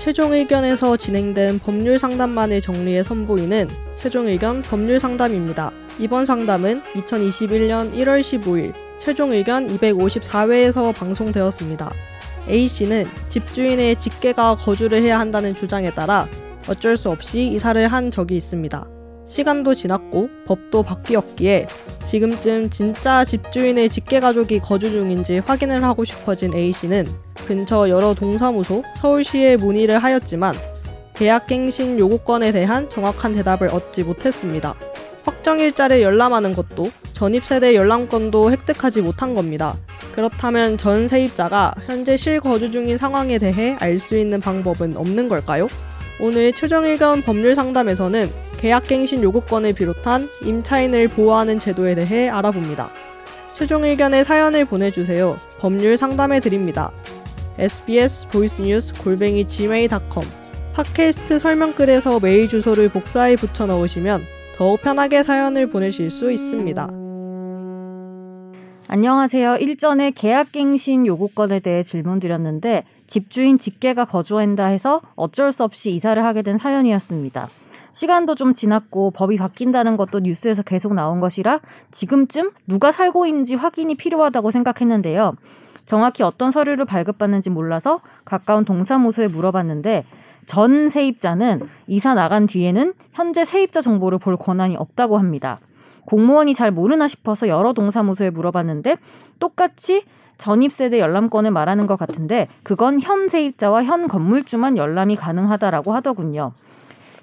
최종 의견에서 진행된 법률 상담만을 정리해 선보이는 최종 의견 법률 상담입니다. 이번 상담은 2021년 1월 15일 최종 의견 254회에서 방송되었습니다. A씨는 집주인의 직계가 거주를 해야 한다는 주장에 따라 어쩔 수 없이 이사를 한 적이 있습니다. 시간도 지났고 법도 바뀌었기에 지금쯤 진짜 집주인의 직계가족이 거주 중인지 확인을 하고 싶어진 A씨는 근처 여러 동사무소, 서울시에 문의를 하였지만 계약갱신 요구권에 대한 정확한 대답을 얻지 못했습니다. 확정일자를 열람하는 것도 전입세대 열람권도 획득하지 못한 겁니다. 그렇다면 전 세입자가 현재 실거주 중인 상황에 대해 알 수 있는 방법은 없는 걸까요? 오늘 최종일견 법률 상담에서는 계약갱신 요구권을 비롯한 임차인을 보호하는 제도에 대해 알아봅니다. 최종 의견의 사연을 보내주세요. 법률 상담해 드립니다. SBS 보이스뉴스 골뱅이 gmail.com 팟캐스트 설명글에서 메일 주소를 복사해 붙여 넣으시면 더욱 편하게 사연을 보내실 수 있습니다. 안녕하세요. 일전에 계약갱신 요구권에 대해 질문드렸는데 집주인 직계가 거주한다 해서 어쩔 수 없이 이사를 하게 된 사연이었습니다. 시간도 좀 지났고 법이 바뀐다는 것도 뉴스에서 계속 나온 것이라 지금쯤 누가 살고 있는지 확인이 필요하다고 생각했는데요. 정확히 어떤 서류를 발급받는지 몰라서 가까운 동사무소에 물어봤는데 전 세입자는 이사 나간 뒤에는 현재 세입자 정보를 볼 권한이 없다고 합니다. 공무원이 잘 모르나 싶어서 여러 동사무소에 물어봤는데 똑같이 전입세대 열람권을 말하는 것 같은데 그건 현 세입자와 현 건물주만 열람이 가능하다라고 하더군요.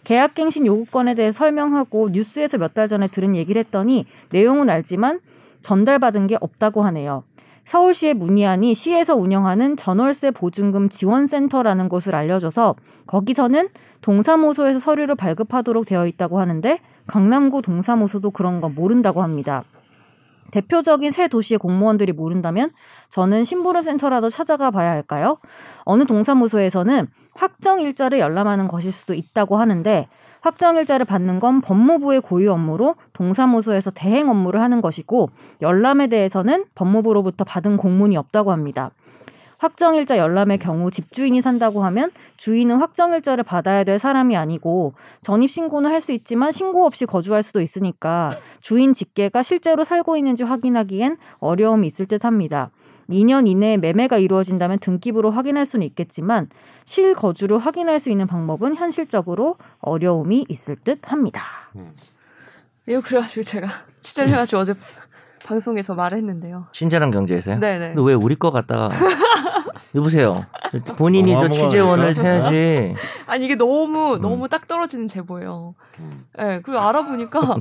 계약갱신 요구권에 대해 설명하고 뉴스에서 몇 달 전에 들은 얘기를 했더니 내용은 알지만 전달받은 게 없다고 하네요. 서울시에 문의하니 시에서 운영하는 전월세 보증금 지원센터라는 곳을 알려줘서 거기서는 동사무소에서 서류를 발급하도록 되어 있다고 하는데 강남구 동사무소도 그런 건 모른다고 합니다. 대표적인 새 도시의 공무원들이 모른다면 저는 신부름센터라도 찾아가 봐야 할까요? 어느 동사무소에서는 확정 일자를 열람하는 것일 수도 있다고 하는데 확정 일자를 받는 건 법무부의 고유 업무로 동사무소에서 대행 업무를 하는 것이고 열람에 대해서는 법무부로부터 받은 공문이 없다고 합니다. 확정일자 열람의 경우 집주인이 산다고 하면 주인은 확정일자를 받아야 될 사람이 아니고 전입 신고는 할 수 있지만 신고 없이 거주할 수도 있으니까 주인 직계가 실제로 살고 있는지 확인하기엔 어려움이 있을 듯합니다. 2년 이내에 매매가 이루어진다면 등기부로 확인할 수는 있겠지만 실거주를 확인할 수 있는 방법은 현실적으로 어려움이 있을 듯합니다. 이거 그래가지고 제가 취재를 해가지고 어제 방송에서 말했는데요. 친절한 경제에서요? 네네. 근데 왜 우리 거 같다가 여보세요. 본인이 너무 저 아무거나 취재원을 얘기하지 않나? 해야지. 아니 이게 너무 음. 너무 딱 떨어지는 제보예요. 음. 네, 그리고 알아보니까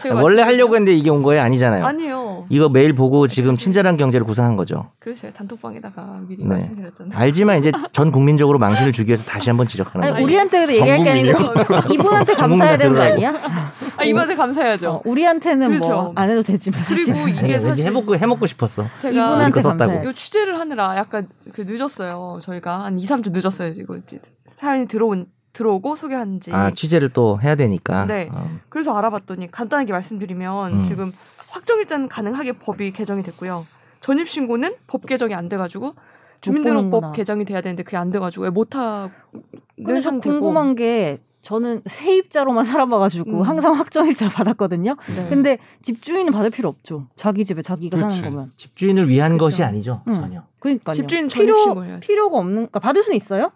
제가 원래 말씀드린- 하려고 했는데 이게 온 거예요? 아니잖아요. 아니에요. 이거 매일 보고 지금 친절한 경제를 구상한 거죠. 그래서 제가 단톡방에다가 미리 네. 말씀드렸잖아요. 알지만 이제 전 국민적으로 망신을 주기 위해서 다시 한번 지적하는 아니, 거예요. 우리한테 그래도 얘기할 게 아닌데 이분한테 감사해야 되는 거 아니야? 아 이번에 감사해야죠. 어, 우리한테는 뭐 그렇죠. 안 해도 되지만 사실 그리고 이게 아니, 왠지 사실 해먹고 해먹고 싶었어. 제가 이분한테 우리 거 썼다고. 감사해. 요 취재를 하느라 약간 그 늦었어요. 저희가 한 2, 3주 늦었어요. 이거 이제 사연이 들어온 들어오고 소개한지. 아 취재를 또 해야 되니까. 네. 어. 그래서 알아봤더니 간단하게 말씀드리면 음. 지금 확정일자는 가능하게 법이 개정이 됐고요. 전입 신고는 법 개정이 안 돼가지고 보는구나. 주민등록법 개정이 돼야 되는데 그게 안 돼가지고 예, 왜못 하는 근데 저 상태고. 궁금한 게 저는 세입자로만 살아봐가지고 음. 항상 확정일자 받았거든요. 네. 근데 집주인은 받을 필요 없죠. 자기 집에 자기가 그렇지. 사는 거면. 집주인을 위한 그렇죠. 것이 아니죠. 음. 전혀. 그러니까요. 집주인 필요 전입신고를 해야죠. 필요가 없는. 그러니까 받을 수는 있어요?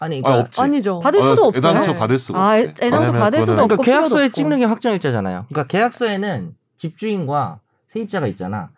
아니 아 그러니까, 없지. 아니죠. 받을 수도 없어요. 애당초 네. 받을 수가 아, 없지. 애- 애당초 왜냐면 받을 수도 그거는 없고. 그러니까 계약서에 필요도 없고. 찍는 게 확정일자잖아요. 그러니까 계약서에는 집주인과 세입자가 있잖아.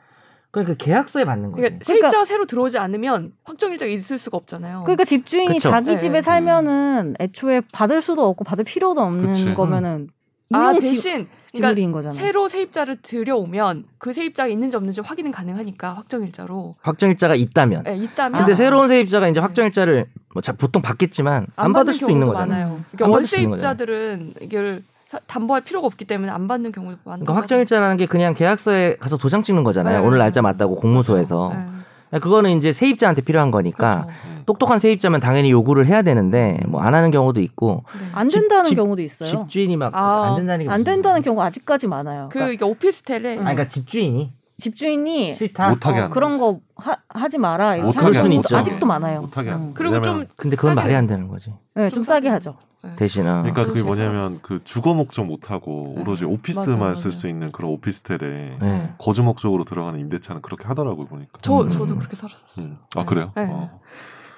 그러니까 계약서에 받는 거지. 그러니까 세입자가 새로 들어오지 않으면 확정일자가 있을 수가 없잖아요. 그러니까 집주인이 그쵸. 자기 네. 집에 살면은 애초에 받을 수도 없고 받을 필요도 없는 그치. 거면은 아 인용 지- 대신 그러니까 지물인 거잖아요. 새로 세입자를 들여오면 그 세입자가 있는지 없는지 확인은 가능하니까 확정일자로 확정일자가 있다면. 네, 있다면 근데 아. 새로운 세입자가 이제 확정일자를 뭐 자- 보통 받겠지만 안, 받을 받는 수도 있는 경우도 거잖아요. 많아요. 그러니까 안 받을 수도 있는 월세입자들은 이걸 사- 담보할 필요가 없기 때문에 안 받는 경우도 많아요. 그러니까 확정일자라는 게 그냥 계약서에 가서 도장 찍는 거잖아요. 네. 그렇죠. 오늘 날짜 맞다고 공무소에서. 그러니까 그거는 이제 세입자한테 필요한 거니까 똑똑한 세입자면 당연히 요구를 해야 되는데 뭐 안 하는 경우도 있고 안 집- 된다는 집- 경우도 있어요. 집주인이 막 안 아, 된다는 게 안 무슨 된다는 소리야. 경우 아직까지 많아요. 그러니까 음. 그 이게 오피스텔에 아니, 그러니까 집주인이 집주인이 싫다. 못하게 어, 하는 그런 거 하, 지 마라 이렇게 못하게 하는 하는 경우도 거죠. 아직도 많아요. 못하게 하는 음. 거. 그리고 좀 왜냐면- 근데 그건 싸게- 말이 안 되는 거지. 네, 좀 싸게 하죠. 대신 어. 그러니까 그게 그렇지, 뭐냐면 그 주거 목적 못 하고 네. 오로지 맞아요, 오피스만 쓸 맞아요. 수 있는 그런 오피스텔에 네. 거주 목적으로 들어가는 임대차는 그렇게 하더라고요 보니까. 저 음. 저도 그렇게 살았어요. 음. 아 그래요? 네. 어,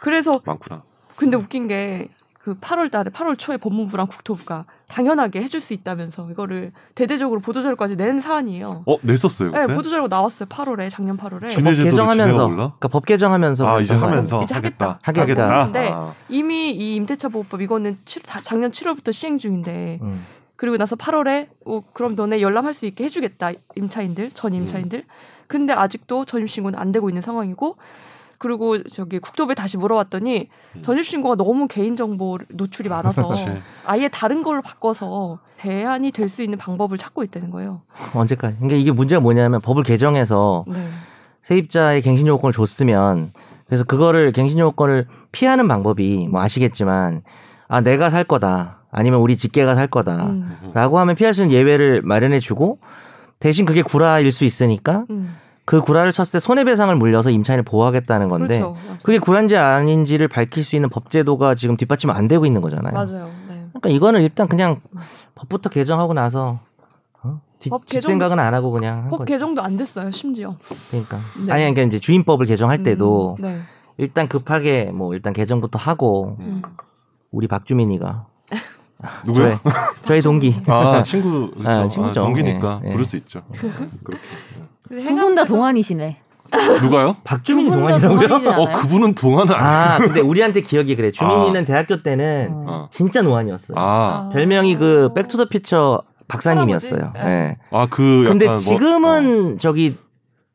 그래서 많구나. 근데 웃긴 게 그 8월 달에 8월 초에 법무부랑 국토부가 당연하게 해줄 수 있다면서 이거를 대대적으로 보도자료까지 낸 사안이에요. 어 냈었어요 그때. 네, 보도자료 나왔어요. 8월에 작년 8월에 준해 제도를 개정하면서. 지내가 몰라? 그러니까 법 개정하면서 아 이제 그랬던 거예요. 하면서 이제 하겠다. 하겠다. 근데 아, 이미 이 임대차 보호법 이거는 칠- 다- 작년 7월부터 시행 중인데 음. 그리고 나서 8월에 어, 그럼 너네 열람할 수 있게 해주겠다 임차인들 음. 전 임차인들 근데 아직도 전입신고는 안 되고 있는 상황이고 그리고 저기 국토부에 다시 물어봤더니 음. 전입신고가 너무 개인정보 노출이 많아서 그렇지. 아예 다른 걸로 바꿔서 대안이 될 수 있는 방법을 찾고 있다는 거예요. 언제까지? 그러니까 이게 문제가 뭐냐면 법을 개정해서 네. 세입자의 갱신 요건을 줬으면 그래서 그거를 갱신 요건을 피하는 방법이 뭐 아시겠지만 아 내가 살 거다 아니면 우리 직계가 살 거다라고 음, 하면 피할 수 있는 예외를 마련해주고 대신 그게 구라일 수 있으니까 음. 그 구라를 쳤을 때 손해배상을 물려서 임차인을 보호하겠다는 건데 그렇죠. 맞아요. 그게 구라인지 아닌지를 밝힐 수 있는 법제도가 지금 뒷받침 안 되고 있는 거잖아요. 맞아요. 네. 그러니까 이거는 일단 그냥 법부터 개정하고 나서 어? 뒷, 법 개정- 뒷생각은 안 하고 그냥 한 법 거지. 뭐 개정도 안 됐어요. 심지어. 그러니까 네. 아니 그러니까 이제 주임법을 개정할 때도 음, 네. 일단 급하게 뭐 일단 개정부터 하고 음. 음. 우리 박주민이가 누구야? 저의, 저희 동기 아 친구 그렇죠. 아, 친구죠. 아, 동기니까 예, 예. 부를 수 있죠. 그렇게. 근데 두 분 다 행안부에서- 동안이시네. 누가요? 박주민이 두 분다 동안이라고요? 동안이지 않아요? 어 그분은 동안은 아니. 아 근데 우리한테 기억이 그래 주민이는 대학교 때는 어. 어. 진짜 노안이었어요. 아, 별명이 그 백투더피처 박사님이었어요. 할아버지? 네. 예. 아그 약간 근데 뭐- 어. 지금은 저기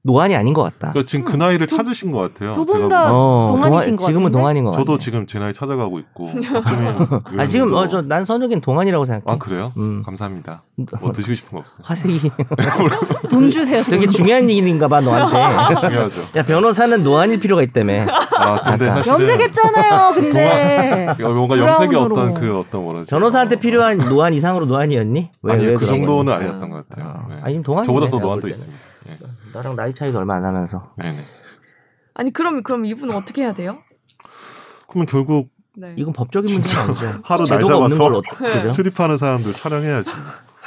노안이 아닌 것 같다. 그러니까 지금 그 나이를 찾으신 것 같아요. 음, 두분 제가 다- 보기엔. 어, 동안이신 동안- 것 지금은 같은데? 동안인 것 같아요. 저도 지금 제 나이 찾아가고 있고 박주민 아 지금 의원님도- 어저난 선욱이는 동안이라고 생각해. 아 그래요? 음. 감사합니다. 뭐 드시고 싶은 거 없어요? 화색이 돈 주세요. 그 되게 중요한 일인가 봐 너한테. 중요하죠. 야 변호사는 노안일 필요가 있다며. 아 근데 아까. 사실은 염색했잖아요. 근데 이거 뭔가 염색이 브라운으로. 어떤 그 어떤 뭐라지 변호사한테 필요한 노안 이상으로 노안이었니? 왜, 아니 왜 그 그런 정도는 거니? 아니었던 것 같아요. 아, 네. 아니 동안 저보다 더 노안도 있습니다. 예. 나랑 나이 차이도 얼마 안 나면서. 네네. 아니 그럼 그럼 이분은 어떻게 해야 돼요? 그러면 결국 네. 이건 법적인 문제가 아니죠. 하루 날 제도가 없는 걸 잡아서 어떻게 그죠? 출입하는 사람들 촬영해야지.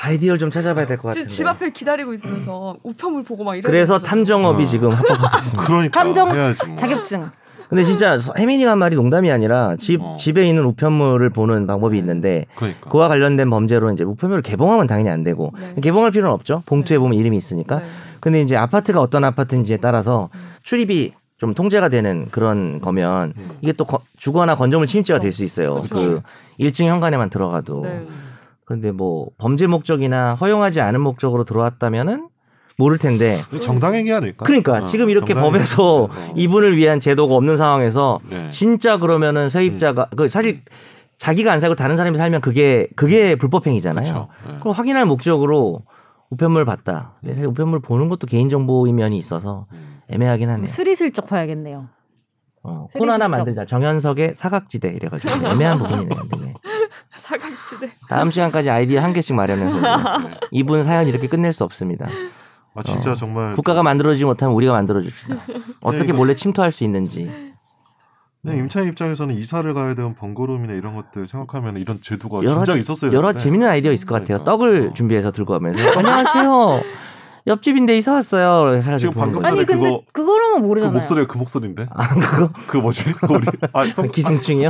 아이디어를 좀 찾아봐야 될 것 지- 같은데. 집 앞에 기다리고 있으면서 우편물 보고 막 이래. 그래서 탐정업이 어. 지금 합법화됐습니다. 그러니까 감정 해야지 뭐. 자격증. 근데 진짜 혜민이가 한 말이 농담이 아니라 집 어. 집에 있는 우편물을 보는 방법이 있는데 그러니까. 그와 관련된 범죄로 이제 우편물을 개봉하면 당연히 안 되고 네. 개봉할 필요는 없죠. 봉투에 보면 이름이 있으니까. 근데 이제 아파트가 어떤 아파트인지에 따라서 음. 출입이 좀 통제가 되는 그런 거면 음. 이게 또 거- 주거나 건조물 침입죄가 될 수 있어요. 그렇죠. 그 1층 현관에만 들어가도. 네. 근데 뭐 범죄 목적이나 허용하지 않은 목적으로 들어왔다면은 모를 텐데. 정당행위 아닐까? 그러니까 어, 지금 이렇게 정당행위. 법에서 어. 이분을 위한 제도가 없는 상황에서 네. 음. 진짜 그러면은 세입자가 그 사실 자기가 안 살고 다른 사람이 살면 그게 그게 불법행위잖아요. 그렇죠. 네. 그럼 확인할 목적으로 우편물 봤다. 근데 사실 우편물 보는 것도 개인정보인 면이 있어서 음. 애매하긴 하네요. 스리슬쩍 봐야겠네요. 어, 쓰리 콘 하나 슬쩍. 만들자. 정현석의 사각지대 이래가지고 애매한 부분이네요. 되게. 사각지대. 다음 시간까지 아이디어 한 개씩 마련해서 네. 이분 사연 이렇게 끝낼 수 없습니다. 아 진짜 어. 정말 국가가 만들어주지 못하면 우리가 만들어줍시다. 어떻게 네, 이거- 네, 몰래 침투할 수 있는지 그냥 임차인 입장에서는 이사를 가야 되는 번거로움이나 이런 것들 생각하면 이런 제도가 여러 진작 지- 있었어요. 네. 여러 재밌는 아이디어 있을 것 같아요. 그러니까. 떡을 어. 준비해서 들고 가면서 안녕하세요. 옆집인데 이사 왔어요. 이렇게 해가지고 뭐 지금 방금 보는 거죠. 아니 아니, 근데 그거- 그거로는 그 모르잖아요. 목소리가 그 목소리인데? 아 그거 그 뭐지? 그 우리 아, 성... 기생충이요?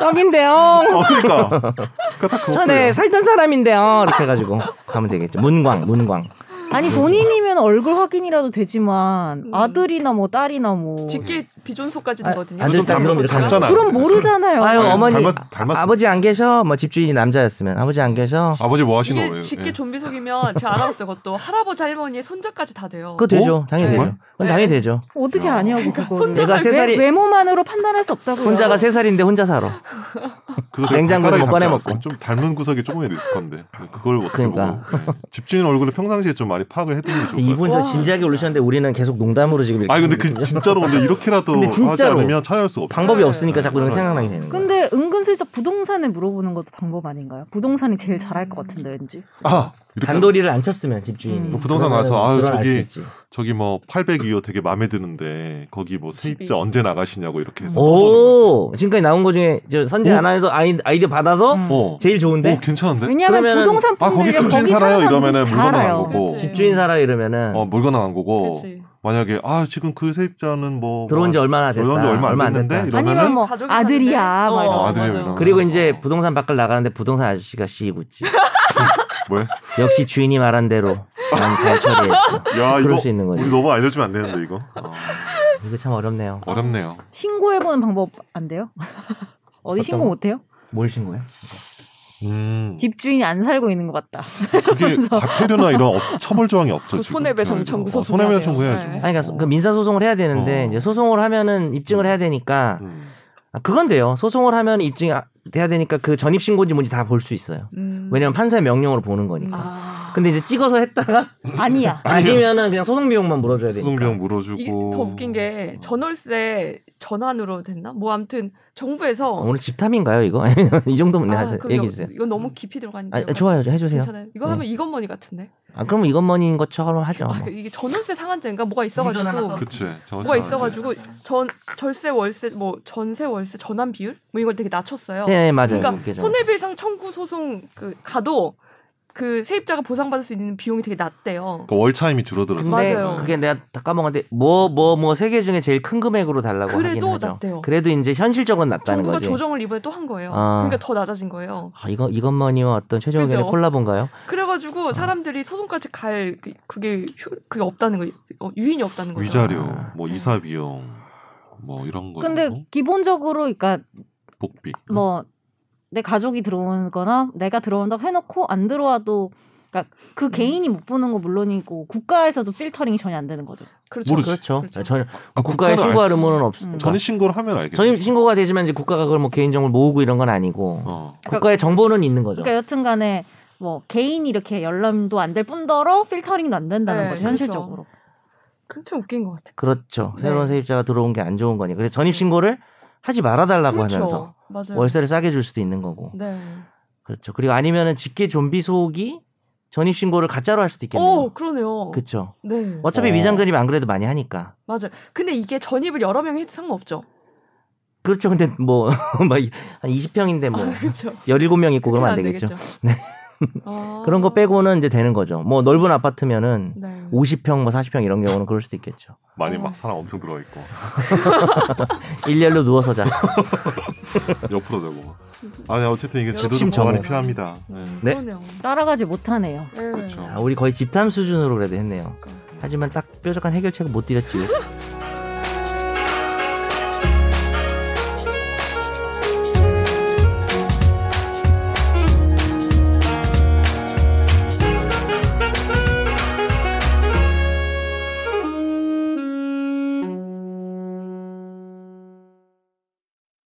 떡인데요. 어, 그러니까. 그러니까 딱그 전에 목소리야. 살던 사람인데요. 이렇게 해가지고 가면 되겠죠. 문광 문광. 아니 음. 본인이면 얼굴 확인이라도 되지만 음. 아들이나 뭐 딸이나 뭐 직계 비존속까지 어, 아, 되거든요. 아들, 딸 이러면 이렇게 닮잖아. 그럼 모르잖아요. 아유 어머니 닮았- 아- 닮았어. 아버지 안 계셔 뭐 집주인이 남자였으면 아버지 안 계셔 아버지 뭐 하시는 이게 거예요? 직계 예. 좀비속이면 제가 알아봤어요. 그것도 할아버지 할머니의 손자까지 다 돼요. 그거 되죠 어? 당연히 정말? 되죠 그건 당연히 네. 되죠 어떻게 야. 아냐고 그러니까 그거. 손자가 내가 세 살이- 외모만으로 판단할 수 없다고요. 혼자가 세 살인데 혼자 살아 그거 되게 냉장고에 발가락이 뭐 닮지 꺼내 않았어요? 먹고. 좀 닮은 구석이 조금이있을 건데 그걸 어떻게 그러니까. 보고 예. 집주인 얼굴을 평상시에 좀 많이 파악을 해두는 게 좋을 것 같아요. 이분 저 와. 네, 진지하게 올리셨는데 우리는 계속 농담으로 지금 이렇게 아니 근데 그 진짜로 근데 이렇게라도 그것도 근데 하지 진짜로 않으면 차여할 수 없어요. 방법이 네. 없으니까 자꾸 그런 네. 생각나게 되는 거예요. 근데 은근슬쩍 부동산에 물어보는 것도 방법 아닌가요? 부동산이 제일 잘할 것 같은데 왠지. 아 이렇게 단도리를 안 쳤으면 집주인이 음. 부동산 그러면은 가서 아유, 그걸 알수 저기 있지. 저기 뭐 802호 되게 마음에 드는데 거기 뭐 세입자 집이. 언제 나가시냐고 이렇게 해서 떠보는 오 지금까지 나온 거 중에 저 선재 오. 아나운서 아이, 아이디어 받아서 음. 거죠. 오, 제일 그렇죠. 오 좋은데 괜찮은데? 왜냐하면 그러면은- 부동산 아 거기 분들이 집주인 거기 살아요 사는 사람들이 이러면은 다 물건 안 알아요. 보고 뭐 그렇지. 집주인 살아 이러면은 어 물건 안 보고 그치. 만약에 아 지금 그 세입자는 뭐 들어온 지 얼마나 됐다. 들어온 지 얼마 안 됐는데 됐다. 이런- 이러면은- 아니면 뭐 가족이 아들이야 막 사는데? 어, 이런. 어, 거. 아들이야, 맞아요. 이런 거. 그리고 이제 부동산 밖을 나가는데 부동산 아저씨가 씨 웃지. 왜? 역시 주인이 말한 대로 난 잘 처리했어. 야 그럴 아, 이거 수 있는 거죠. 우리 너무 알려주면 안 되는데 이거 어, 이거 참 어렵네요. 어렵네요. 신고해보는 방법 안 돼요? 어디 어떤 신고 거? 못해요? 뭘 신고요? 음 집주인이 안 살고 있는 것 같다. 그게 과태료나 이런 업- 처벌 조항이 없죠. 그 지금. 손해배상 청구 어, 소송이 손해배상 청구해야죠. 하네요. 네. 아니, 그러니까 그 민사 소송을 해야 되는데 어. 이제 소송을 하면은 입증을 해야 되니까 음. 아, 그건 돼요. 소송을 하면 입증이 아- 돼야 되니까 그 전입 신고인지 뭔지 다 볼 수 있어요. 왜냐면 판사의 명령으로 보는 거니까. 음. 아. 근데 이제 찍어서 했다가 아니야. 아니면은 그냥 소송 비용만 물어줘야 되니까. 수송비용 이게 물어주고 더 웃긴 게 전월세 전환으로 됐나? 뭐 아무튼 어, 정부에서 오늘 집탐인가요 이거? 이 정도면 네, 하세요. 아, 그럼 얘기해 이거- 주세요. 이건 너무 깊이 들어가니까. 아, 좋아요, 음, 해주세요. 괜찮아요. 이거 네. 하면 이건 뭐니 같은데. 아, 그럼 이것 머니인 것처럼 하죠. 뭐. 아, 이게 전월세 상한제인가 뭐가 있어가지고 운전 하나 그치. 정확히 뭐가 알아야 돼. 있어가지고 전 절세 월세 뭐 전세 월세 전환 비율 뭐 이걸 되게 낮췄어요. 네, 네, 맞아요. 그러니까 그게 좀- 손해배상 청구 소송 그 가도 그 세입자가 보상받을 수 있는 비용이 되게 낮대요. 그 월차임이 줄어들었어. 근데 맞아요. 그게 내가 다 까먹었는데 뭐 뭐 뭐 세 개 중에 제일 큰 금액으로 달라고 하긴 그래도 하죠. 낮대요. 그래도 이제 현실적으로는 낮다는 정부가 거지. 조정을 이번에 또 한 거예요. 아. 그러니까 더 낮아진 거예요. 아, 이거 이것 머니와 어떤 최종 의견의 그죠? 콜라본가요? 아. 그래가지고 사람들이 소송까지 갈 그- 그게 효- 그게 없다는 거예요. 어, 유인이 없다는 거죠. 위자료, 아. 뭐 이사 비용, 뭐 이런 거. 음. 근데 있고, 기본적으로 그러니까 복비. 뭐 내 가족이 들어오거나 내가 들어온다고 해놓고 안 들어와도 그러니까 음. 그 개인이 못 보는 거 물론이고 국가에서도 필터링이 전혀 안 되는 거죠. 그렇죠. 모르지. 그렇죠. 그렇죠. 전혀 아, 국가에 국가를 신고할 알 수- 의무는 없. 그러니까 음. 전입 신고를 하면 알겠. 전입 신고가 되지만 이제 국가가 그걸 뭐 개인 정보를 모으고 이런 건 아니고 어. 그러니까 국가의 정보는 있는 거죠. 그러니까 여튼간에 뭐 개인이 이렇게 열람도 안 될 뿐더러 필터링도 안 된다는 네, 거죠 그렇죠. 현실적으로. 엄청 웃긴 것 같아요. 그렇죠. 네. 음. 새로운 세입자가 들어온 게 안 좋은 거니. 그래서 전입 신고를 하지 말아달라고 하면서 그렇죠. 맞아요. 월세를 싸게 줄 수도 있는 거고. 네. 그렇죠. 그리고 아니면은 직계 좀비 속이 전입 신고를 가짜로 할 수도 오 있겠네요. 어, 그러네요. 그렇죠. 네. 어차피 어. 위장 전입 안 그래도 많이 하니까. 맞아요. 근데 이게 전입을 여러 명이 해도 상관없죠. 그렇죠. 근데 뭐 한 20평인데 뭐 아, 그렇죠. 17명 있고 그러면 안 되겠죠. 어. 네. 아. 그런 거 빼고는 이제 되는 거죠. 뭐 넓은 아파트면은 네. 50평 뭐 40평 이런 경우는 그럴 수도 있겠죠. 많이 어. 막 사람 엄청 들어 있고 일렬로 누워서 자. 옆으로 되고. 막. 아니 어쨌든 이게 제도 좀 침체 보완이 없는. 필요합니다. 네. 네. 그러네요. 따라가지 못하네요. 네. 그렇죠. 그러니까. 아, 우리 거의 집탐 수준으로 그래도 했네요. 하지만 딱 뾰족한 해결책은 못 드렸지.